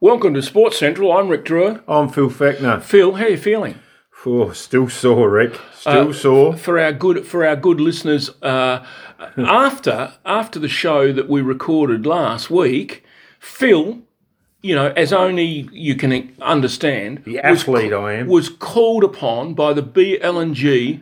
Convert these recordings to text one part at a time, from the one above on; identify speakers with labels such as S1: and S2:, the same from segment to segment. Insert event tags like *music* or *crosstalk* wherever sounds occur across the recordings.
S1: Welcome to Sports Central. I'm Rick Drewer.
S2: I'm Phil Fechner.
S1: Phil, how are you feeling?
S2: Oh, still sore, Rick. Still
S1: Uh,
S2: sore.
S1: For our good, for our good listeners, uh,
S2: Hmm.
S1: after after the show that we recorded last week, Phil, you know, as only you can understand,
S2: The athlete I am.
S1: was called upon by the BLNG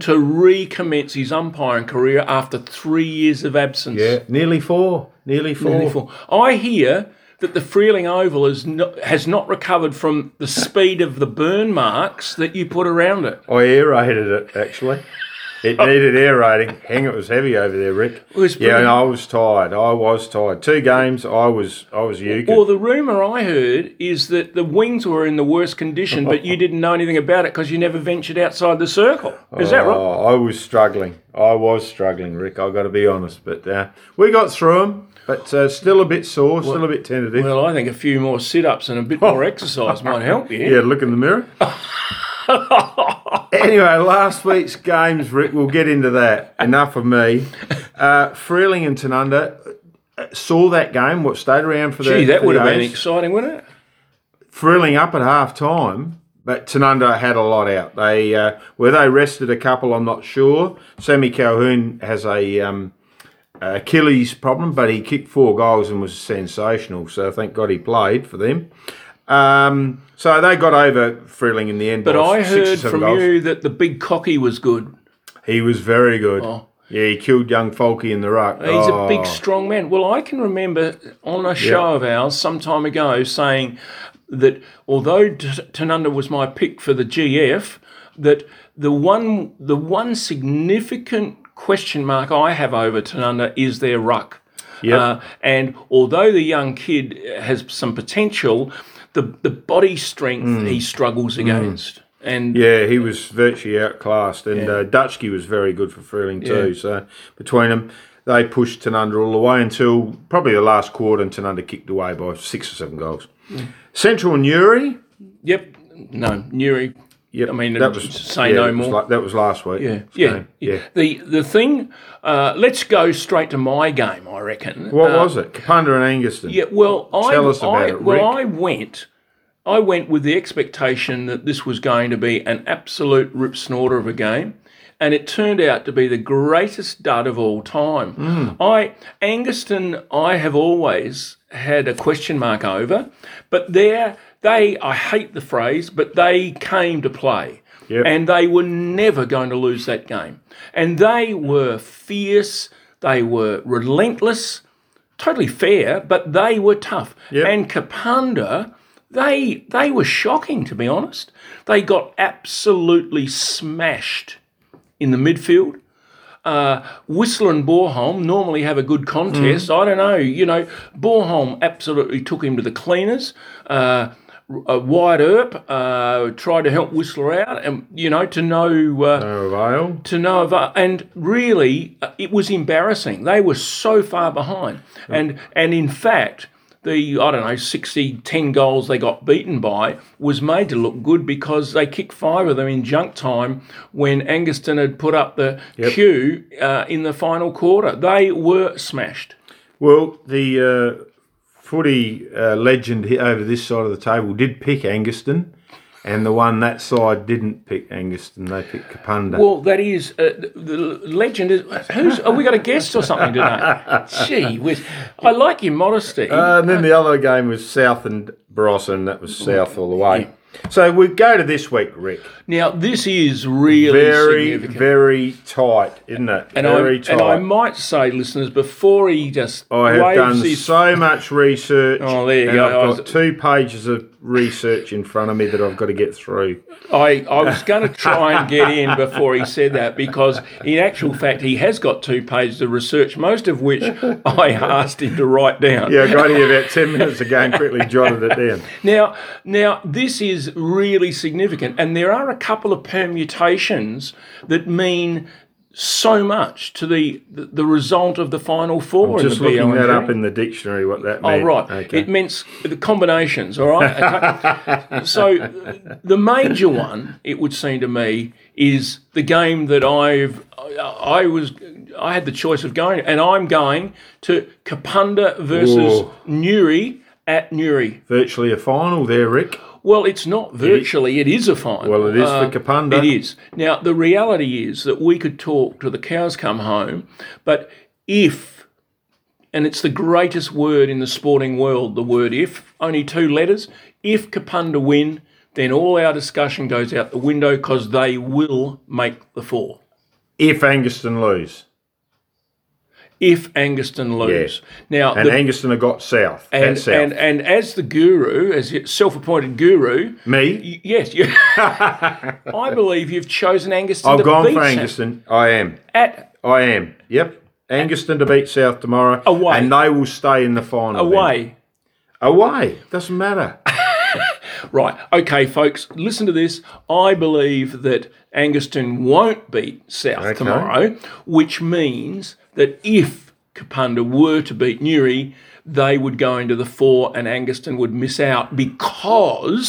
S1: to recommence his umpiring career after three years of absence.
S2: Yeah, nearly four. Nearly four.
S1: Wonderful. I hear that the Freeling Oval is no, has not recovered from the speed of the burn marks that you put around it.
S2: I aerated it actually. It needed aerating. Hang, it was heavy over there, Rick.
S1: Oh. was
S2: yeah,
S1: brilliant.
S2: and I was tired. I was tired. Two games. I was. I was euchred.
S1: Well, the rumour I heard is that the wings were in the worst condition, but you didn't know anything about it because you never ventured outside the circle. Is that right?
S2: Oh, I was struggling. I was struggling, Rick. I've got to be honest. But uh, we got through them. But uh, still a bit sore. Still a bit tentative.
S1: Well, I think a few more sit ups and a bit more exercise might help you.
S2: *laughs* Yeah, look in
S1: *laughs*
S2: the mirror. anyway, last week's games, Rick, we'll get into that. Enough of me. Uh, Freeling and Tanunda uh, saw that game, what stayed around for the
S1: Gee, that
S2: for
S1: would
S2: the
S1: have been
S2: A's.
S1: exciting, wouldn't it?
S2: Freeling up at half time, but Tanunda had a lot out. They uh, Were they rested a couple, I'm not sure. Sammy Calhoun has a. Um, Achilles problem, but he kicked four goals and was sensational. So thank God he played for them. Um, so they got over Freeling in the end.
S1: But
S2: by
S1: I
S2: six or
S1: heard
S2: seven
S1: from
S2: goals.
S1: you that the big cocky was good.
S2: He was very good. Yeah, he killed young Folky in the ruck.
S1: Oh. He's
S2: Oh,
S1: a big, strong man. Well, I can remember on a show of ours some time ago saying that although T- Tanunda was my pick for the GF, that the one the one significant question mark I have over Tanunda is their ruck.
S2: Yep.
S1: Uh, and although the young kid has some potential, the the body strength he struggles against. And
S2: Mm. yeah, he was virtually outclassed, and uh, Dutchke was very good for Freeling too. So between them, they pushed Tanunda all the way until probably the last quarter, and Tanunda kicked away by six or seven goals.
S1: Mm.
S2: Central Newry,
S1: yep, no, Newry.
S2: yep,
S1: I mean, say
S2: yeah,
S1: no
S2: it was
S1: more.
S2: like- that was last week.
S1: Yeah,
S2: So,
S1: yeah,
S2: yeah.
S1: yeah. The the thing, uh, let's go straight to my game. I reckon.
S2: What was it? Kapunda and Angaston.
S1: Yeah. Well, I,
S2: Tell us about
S1: I
S2: it,
S1: well,
S2: Rick.
S1: I went, I went with the expectation that this was going to be an absolute rip snorter of a game, and it turned out to be the greatest dud of all time.
S2: Hmm.
S1: I Anguston, I have always had a question mark over, but there they, I hate the phrase, but they came to play.
S2: Yep.
S1: And they were never going to lose that game. And they were fierce, they were relentless, totally fair, but they were tough. And Kapunda, they they were shocking to be honest. They got absolutely smashed in the midfield. Uh, Whistler and Borholm normally have a good contest. I don't know. You know, Borholm absolutely took him to the cleaners. Uh, uh, Wyatt Earp uh, tried to help Whistler out, and you know, to no uh,
S2: No avail.
S1: to no avail. And really, uh, it was embarrassing. They were so far behind, and and in fact. The, I don't know, 60, 10 goals they got beaten by was made to look good because they kicked five of them in junk time when Anguston had put up the cue uh, in the final quarter. They were smashed.
S2: Well, the uh, footy uh, legend he- over this side of the table did pick Anguston, and the one that side didn't pick Anguston. They picked Kapunda.
S1: Well, that is, uh, the- the legend is, who's, have we got a guest or something
S2: *laughs*
S1: today? Gee whiz. I like your modesty.
S2: Uh, and then the other game was South and Barossa, that was South all the way. So we go to this week, Rick.
S1: now, this is really
S2: Very,
S1: significant.
S2: very tight, isn't it?
S1: And,
S2: very
S1: I, and I
S2: tight.
S1: might say, listeners, before he just
S2: I have
S1: waves
S2: done
S1: his,
S2: so much research.
S1: Oh, there you
S2: and
S1: go. I
S2: I've
S1: was-
S2: got two pages of research in front of me that I've got to get through.
S1: I, I was
S2: *laughs*
S1: going to try and get in before he said that because, in actual fact, he has got two pages of research, most of which I asked him to write down.
S2: Yeah, I got here about 10 minutes ago and quickly jotted
S1: *laughs*
S2: it down.
S1: Now, now this is really significant, and there are a couple of permutations that mean so much to the the, the result of the final 4 in
S2: Just
S1: the
S2: looking that
S1: BLNG.
S2: up in the dictionary, what that
S1: Oh,
S2: meant.
S1: right. It meant the combinations, all right? Okay. so the major one, it would seem to me, is the game that I've, I was, I had the choice of going, and I'm going to Kapunda versus
S2: Whoa.
S1: Newry at Newry.
S2: Virtually a final there, Rick.
S1: Well, it's not virtually, it is a final.
S2: Well, it is for Kapunda.
S1: Uh, It is. Now, the reality is that we could talk till the cows come home, but if, and it's the greatest word in the sporting world, the word if, only two letters, if Kapunda win, then all our discussion goes out the window because they will make the four.
S2: If Anguston lose.
S1: If Anguston lose. Now,
S2: And
S1: the-
S2: Anguston have got south.
S1: and,
S2: That's south.
S1: and and as the guru, as your self-appointed guru,
S2: Me?
S1: y- yes,
S2: *laughs*
S1: you, I believe you've chosen Angus.
S2: I've gone for Anguston. I am.
S1: at
S2: I am. Yep. Anguston to beat South tomorrow.
S1: Away.
S2: And they will stay in the final. then.
S1: away.
S2: Away. Doesn't matter.
S1: Right, okay, folks, listen to this. I believe that Anguston won't beat South tomorrow, which means that if Kapunda were to beat Newry, they would go into the four and Anguston would miss out because,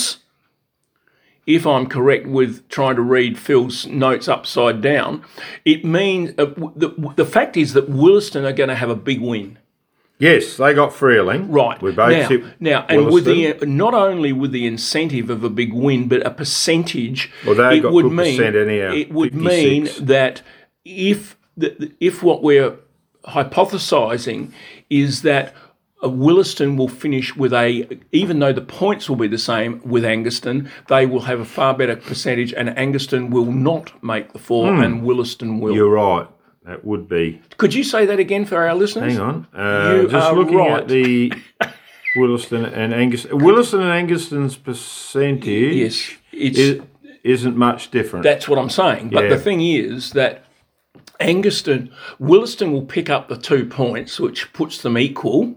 S1: if I'm correct with trying to read Phil's notes upside down, it means uh, w- the, the fact is that Williston are going to have a big win.
S2: Yes, they got Freeling.
S1: Right.
S2: We both
S1: now,
S2: tipped
S1: now, and with
S2: Williston.
S1: the not only with the incentive of a big win, but a percentage.
S2: Well, they got
S1: would
S2: good
S1: mean
S2: percent anyhow,
S1: it would
S2: 56.
S1: mean that if the, if what we're hypothesising is that. uh, Williston will finish with a, even though the points will be the same with Anguston, they will have a far better percentage, and Anguston will not make the four,
S2: Hmm.
S1: and Williston will.
S2: You're right. That would be.
S1: Could you say that again for our listeners?
S2: Hang on. Uh,
S1: You
S2: just
S1: are
S2: looking
S1: right.
S2: at the
S1: *laughs*
S2: Williston and Angus. Williston and Anguston's percentage
S1: Yes, it's
S2: is, isn't much different.
S1: That's what I'm saying. But the
S2: Yeah.
S1: thing is that Anguston, Williston will pick up the two points, which puts them equal,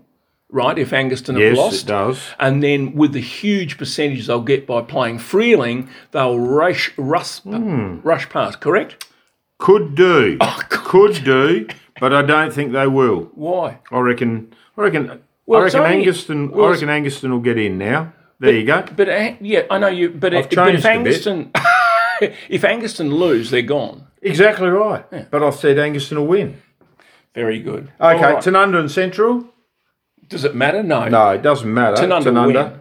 S1: right? If Anguston have
S2: yes,
S1: lost.
S2: it does.
S1: And then with the huge percentage they'll get by playing Freeling, they'll rush, rush,
S2: Hmm.
S1: rush past, correct?
S2: Could do.
S1: Oh,
S2: could do, but I don't think they will.
S1: Why?
S2: I reckon. I reckon. I
S1: it's
S2: reckon
S1: only-
S2: Anguston. I reckon Anguston will get in now. There you go.
S1: But uh, yeah, I know you. But, it, but if
S2: changed a bit.
S1: Anguston, *laughs* if Anguston lose, they're gone.
S2: Exactly right. But I said Anguston will win.
S1: Very good.
S2: Okay,
S1: All right.
S2: Tanunda and Central.
S1: Does it matter? No.
S2: No, it doesn't matter.
S1: Tanunda win.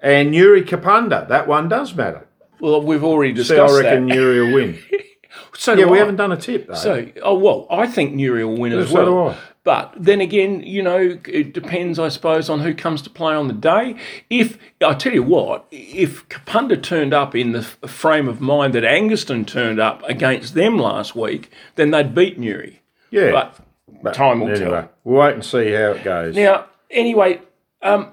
S2: And Yuri Kapunda. That one does matter.
S1: Well, we've already
S2: See, I
S1: discussed
S2: reckon
S1: that.
S2: Yuri
S1: *laughs*
S2: will win.
S1: So
S2: Yeah,
S1: do
S2: we
S1: I.
S2: haven't done a tip though.
S1: So, oh well, I think Newry will win as
S2: so
S1: well.
S2: do I.
S1: But then again, you know, it depends, I suppose, on who comes to play on the day. If I tell you what, if Kapunda turned up in the f- frame of mind that Anguston turned up against them last week, then they'd beat Newry.
S2: yeah.
S1: But time will tell.
S2: anyway, we'll wait and see how it goes.
S1: Now, anyway, um,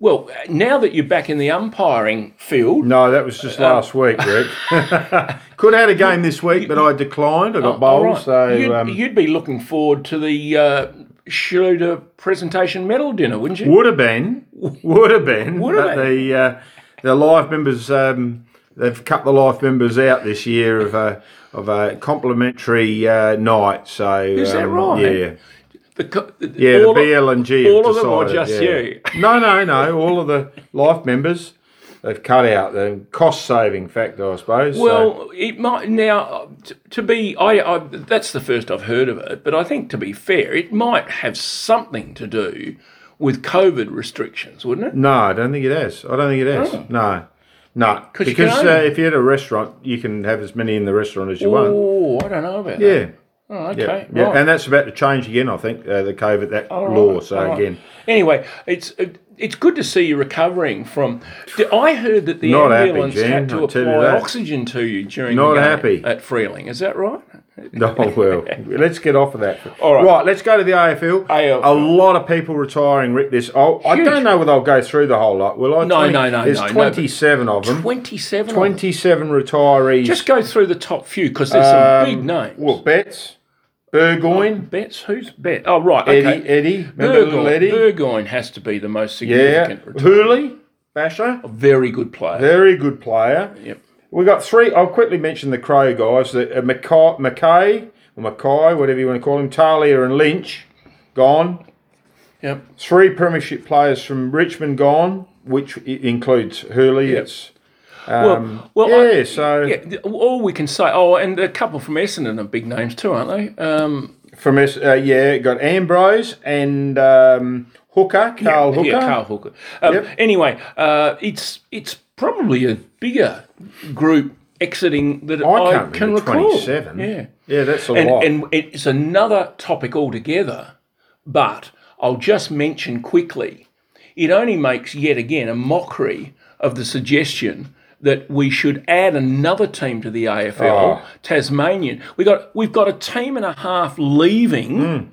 S1: well, now that you're back in the umpiring field,
S2: no, that was
S1: uh, um,
S2: just last week, Rick. *laughs* Could have had a game this week, but I declined. I got
S1: oh, all
S2: bowled,
S1: right, you'd,
S2: so um,
S1: you'd be looking forward to the uh, Schroeder presentation medal dinner, wouldn't you?
S2: would have been, would have been.
S1: Would have
S2: but The uh, the life members, um, they've cut the life members out this year of a of a complimentary uh, night. So is
S1: that right?
S2: Yeah.
S1: The, co-
S2: Yeah,
S1: all
S2: the
S1: of-
S2: BL and G.
S1: all of them or just you?
S2: No, no, no. All of the life members, they've cut out the cost saving factor, I suppose. so-
S1: Well, it might now uh, t- to be. I, I that's the first I've heard of it, but I think to be fair, it might have something to do with COVID restrictions, wouldn't it?
S2: no, I don't think it has. I don't think it has. No, no.
S1: Oh. 'Cause you
S2: Because
S1: can
S2: uh,
S1: only-
S2: if you're at a restaurant, you can have as many in the restaurant as you want.
S1: Oh, I don't know about that.
S2: Yeah.
S1: Oh,
S2: Yeah,
S1: okay.
S2: yeah,
S1: right.
S2: and that's about to change again. I think uh, the COVID that
S1: All
S2: law.
S1: right,
S2: So
S1: all right.
S2: again, *laughs*
S1: Anyway, it's it- it's good to see you recovering from. d- I heard that the
S2: Not happy,
S1: ambulance
S2: Jan,
S1: had to
S2: I'll tell you
S1: apply
S2: that.
S1: oxygen to you during
S2: Not
S1: the game
S2: happy.
S1: at Freeling. Is that right?
S2: oh
S1: *laughs*
S2: well. let's get off of that.
S1: All right.
S2: right, let's go to the AFL.
S1: AFL.
S2: A lot of people retiring. Rick, this. Oh, I
S1: Huge.
S2: don't know whether I'll go through the whole lot. Will I?
S1: No, no, no,
S2: There's
S1: no, no, but-
S2: 27 of them.
S1: Twenty-seven.
S2: 27 retirees.
S1: Just go through the top few because there's
S2: Um,
S1: some big names.
S2: Well, Betts, Burgoyne,
S1: Bets? Who's Bet? Oh, right.
S2: Eddie,
S1: Okay.
S2: Eddie, remember little
S1: Burgoyne,
S2: Eddie?
S1: Burgoyne has to be the most
S2: yeah,
S1: significant. ret-
S2: Hooley, Basher,
S1: Very good player.
S2: very good player.
S1: Yep.
S2: We got three. I'll quickly mention the Crow guys: the uh, McKay, McKay or Mackay, whatever you want to call him, Talia and Lynch, gone.
S1: Yep.
S2: Three Premiership players from Richmond gone, which i- includes Hooley. It's
S1: well, well, I-
S2: Um, yeah, so
S1: yeah, th- all we can say. Oh, and a couple from Essendon are big names too, aren't they? Um,
S2: from us, uh, yeah, got Ambrose and um, Hooker, Carl Hooker.
S1: Yeah, Carl Hooker. Um,
S2: Yep.
S1: Anyway, uh, it's it's probably a bigger group exiting that I,
S2: I can't
S1: can
S2: remember
S1: recall.
S2: 27.
S1: Yeah,
S2: Yeah, that's a
S1: and,
S2: lot.
S1: and it's another topic altogether. But I'll just mention quickly. It only makes yet again a mockery of the suggestion that we should add another team to the AFL, Tasmanian. We got we've got a team and a half leaving.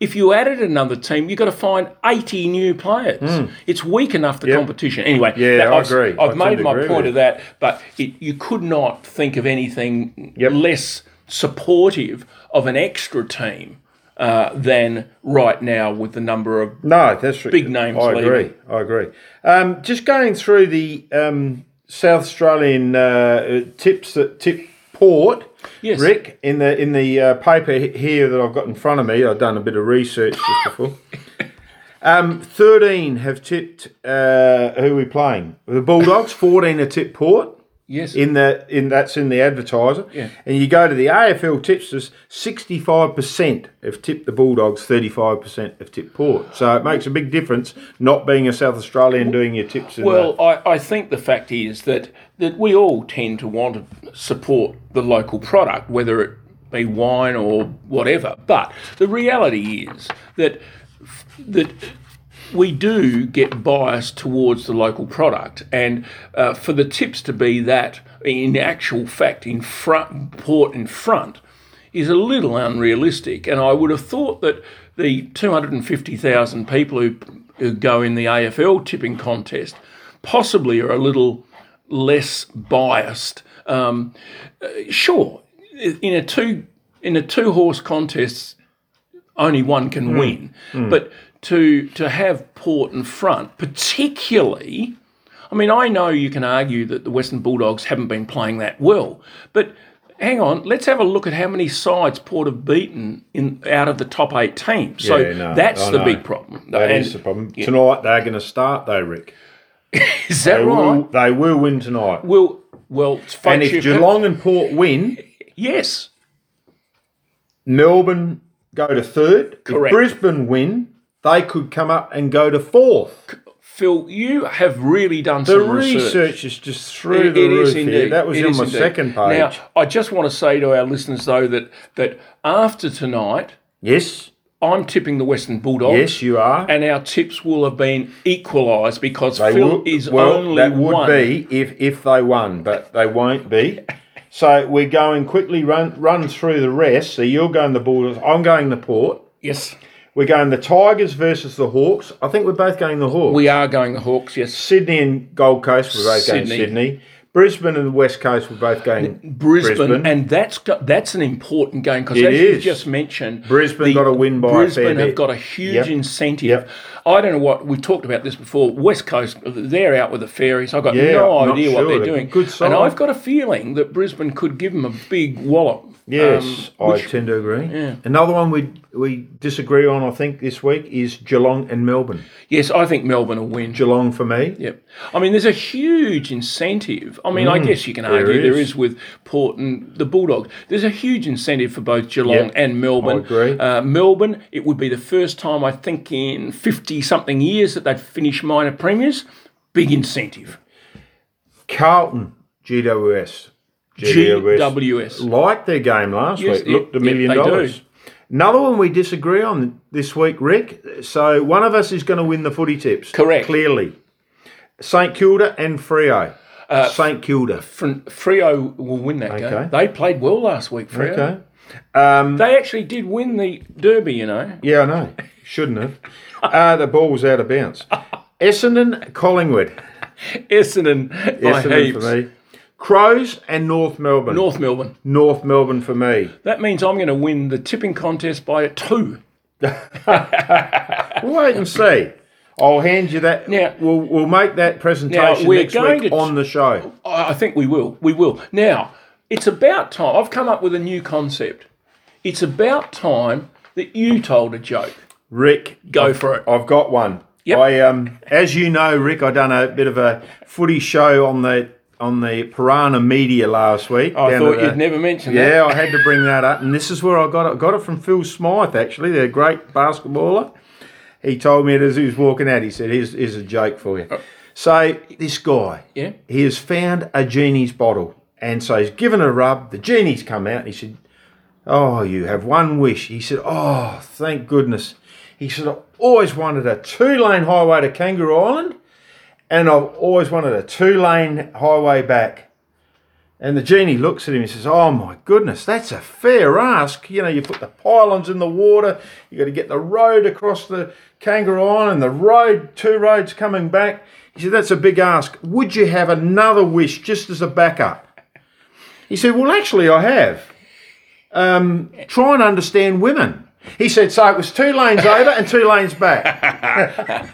S1: If you added another team, you've got to find 80 new players. It's weak enough, the competition. Anyway,
S2: Hmm. Yeah, I
S1: I've,
S2: agree. I
S1: I've
S2: tend
S1: made
S2: to
S1: my
S2: agree
S1: point
S2: with
S1: of that, but it, you could not think of anything
S2: Yep.
S1: less supportive of an extra team uh, than right now with the number of.
S2: No, that's
S1: Big names
S2: I agree.
S1: leaving.
S2: I agree. Um, just going through the um, South Australian uh, uh, tips that tip port.
S1: Yes.
S2: Rick, in the in the uh, paper he- here that I've got in front of me, I've done a bit of
S1: *laughs*
S2: research just before. Um, Thirteen have tipped uh, who are we playing? The Bulldogs. Fourteen are tipped Port
S1: Yes.
S2: in the in that's in the advertiser.
S1: Yeah.
S2: And you go to the AFL tipsters, sixty five percent have tipped the Bulldogs, thirty five percent have tipped Port. So it makes a big difference not being a South Australian doing your tips. In
S1: well, I, I think the fact is that, that we all tend to want to support the local product, whether it be wine or whatever. But the reality is that that we do get biased towards the local product, and uh, for the tips to be that in actual fact in front port in front is a little unrealistic. And I would have thought that the 250,000 people who, who go in the AFL tipping contest possibly are a little less biased. Um, uh, sure, in a two in a two horse contest, only one can
S2: Hmm.
S1: win. But to to have Port in front, particularly, I mean, I know you can argue that the Western Bulldogs haven't been playing that well, but hang on, let's have a look at how many sides Port have beaten in out of the top eight teams. So
S2: Yeah, no,
S1: that's
S2: I
S1: the
S2: know.
S1: big problem.
S2: that
S1: And
S2: is the problem. Tonight they're going to start though, Rick.
S1: is that right?
S2: They will. They will win tonight.
S1: Well, well, it's
S2: Oh. And
S1: folks, you've
S2: if
S1: heard-
S2: Geelong and Port win,
S1: yes,
S2: Melbourne go to third.
S1: Correct.
S2: If Brisbane win, they could come up and go to fourth.
S1: Phil, you have really done
S2: The
S1: some
S2: research,
S1: research.
S2: is just through
S1: It-
S2: the
S1: it
S2: roof
S1: is
S2: here.
S1: indeed.
S2: That was
S1: It
S2: on
S1: is
S2: my
S1: indeed.
S2: second page.
S1: Now, I just want to say to our listeners though that that after tonight,
S2: yes,
S1: I'm tipping the Western Bulldogs.
S2: yes, you are.
S1: And our tips will have been equalised because
S2: They
S1: Phil
S2: will-
S1: is
S2: well,
S1: only
S2: that would
S1: one.
S2: be if if they won, but they
S1: *laughs*
S2: won't be. So we're going quickly run run through the rest. So you're going the Bulldogs. I'm going the Port.
S1: Yes,
S2: We're going the Tigers versus the Hawks. I think we're both going the Hawks.
S1: we are going the Hawks. Yes,
S2: Sydney and Gold Coast. We're both going
S1: Sydney.
S2: Sydney. Brisbane and the West Coast. We're both going.
S1: Brisbane,
S2: Brisbane.
S1: and that's got, that's an important game because as
S2: It
S1: you
S2: is.
S1: just mentioned,
S2: Brisbane got a win by a fair
S1: Brisbane have
S2: bit.
S1: got a huge
S2: Yep.
S1: incentive.
S2: Yep.
S1: I don't know what we've talked about this before. West Coast, they're out with the fairies. I've got
S2: Yeah,
S1: no
S2: I'm not
S1: idea
S2: sure.
S1: what they're
S2: They're
S1: doing.
S2: good side.
S1: and I've got a feeling that Brisbane could give them a big wallop.
S2: Yes,
S1: Um,
S2: I tend to agree. Another one we we disagree on, I think, this week is Geelong and Melbourne.
S1: yes, I think Melbourne will win.
S2: Geelong for me.
S1: Yep. I mean, there's a huge incentive. I mean, I guess you can argue there
S2: Mm, is.
S1: is with Port and the Bulldogs. There's a huge incentive for both Geelong
S2: Yep.
S1: and Melbourne.
S2: I agree.
S1: Uh, Melbourne, it would be the first time I think in 50 something years that they'd finish minor premiers. Big incentive.
S2: Carlton, GWS.
S1: GWS.
S2: Liked their game last
S1: Yes,
S2: week.
S1: yeah,
S2: Looked a
S1: yeah,
S2: million
S1: they do.
S2: dollars. Another one we disagree on this week, Rick. So one of us is going to win the footy tips.
S1: Correct.
S2: Clearly. St Kilda and Frio.
S1: Uh,
S2: St Kilda.
S1: Fr- Frio will win that
S2: Okay.
S1: game. They played well last week, Frio.
S2: Okay. Mm.
S1: They actually did win the Derby, you know.
S2: Yeah, I know. Shouldn't have. *laughs* uh, the ball was out
S1: *laughs*
S2: of bounds. Essendon, Collingwood.
S1: Essendon *laughs* by
S2: Essendon
S1: heaps.
S2: for me. Crows and North Melbourne.
S1: North Melbourne.
S2: North Melbourne for me.
S1: That means I'm going to win the tipping contest by two.
S2: We'll wait and see. I'll hand you that.
S1: Now-
S2: we'll we'll make that presentation
S1: we're
S2: next
S1: going
S2: week
S1: to-
S2: on the show.
S1: I I think we will. We will. Now, it's about time. I've come up with a new concept. It's about time that you told a joke.
S2: Rick,
S1: Go for it.
S2: I've got one.
S1: Yep.
S2: I um, as you know, Rick, I done a bit of a footy show on the on the Piranha Media last week.
S1: I
S2: down
S1: thought
S2: at
S1: you'd
S2: the-
S1: never mention that.
S2: Yeah, I had to bring that up, and this is where I got it. I got it from Phil Smythe, actually, the great basketballer. He told me it as he was walking out. He said, "Here's, here's a joke for you." So this guy,
S1: Oh. Yeah.
S2: he has found a genie's bottle, and so he's given a rub. The genie's come out, and he said, "Oh, you have one wish." He said, "Oh, thank goodness." He said, "I've always wanted a two-lane highway to Kangaroo Island, and I've always wanted a two-lane highway back." And the genie looks at him and says, Oh my goodness, that's a fair ask. You know, you put the pylons in the water, you got to get the road across the Kangaroo Island, the road, two roads coming back. He said, That's a big ask. Would you have another wish just as a backup? He said, Well, actually, I have. Um, try and understand women. He said, So it was two lanes over and two lanes
S1: *laughs*
S2: back.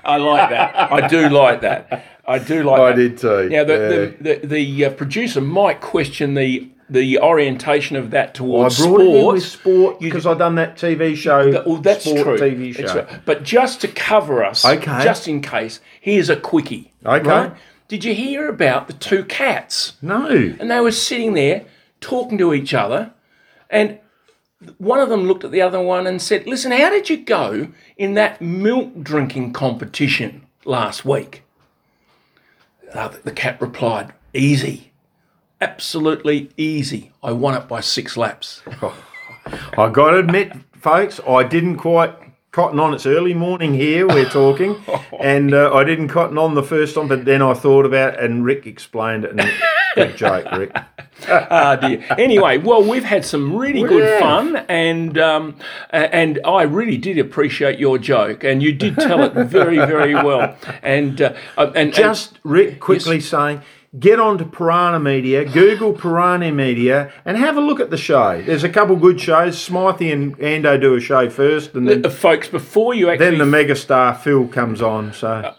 S1: I like that. *laughs* I do like that. I do like that.
S2: too.
S1: Now, the, the, the, the uh, producer might question the the orientation of that
S2: Oh, I
S1: towards
S2: brought it in
S1: sport.
S2: with sport because I'd done that TV show.
S1: Well, that's
S2: sport
S1: true.
S2: TV show.
S1: It's right. But just to cover us,
S2: Okay.
S1: just in case, here's a quickie.
S2: Okay.
S1: Did you hear about the two cats?
S2: No.
S1: And they were sitting there talking to each other, and one of them looked at the other one and said, "Listen, how did you go in that milk drinking competition last week?" Uh, the- the cat replied, "Easy, absolutely easy. I won it by six laps." *laughs*
S2: I got to admit, folks, I didn't quite cotton on. It's early morning here, we're talking, and uh, I didn't cotton on the first time, but then I thought about it and Rick explained it. And good joke, Rick.
S1: Ah, dear. Anyway, well, we've had some really good
S2: Yeah.
S1: fun, and um, a- and I really did appreciate your joke, and you did tell it very, very well. And uh, and, and
S2: Just Rick quickly saying, get on to Piranha Media, Google Piranha Media, and have a look at the show. There's a couple good shows. Smythe and Ando do a show first, and then.
S1: uh, folks, before you
S2: Then
S1: actually,
S2: the megastar Phil comes on, so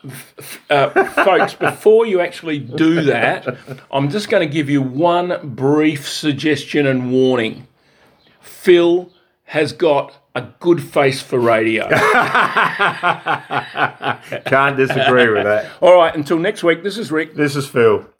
S1: uh, folks, before you actually do that, I'm just going to give you one brief suggestion and warning. Phil has got a good face for radio.
S2: can't disagree with that.
S1: All right, until next week. This is Rick.
S2: This is Phil.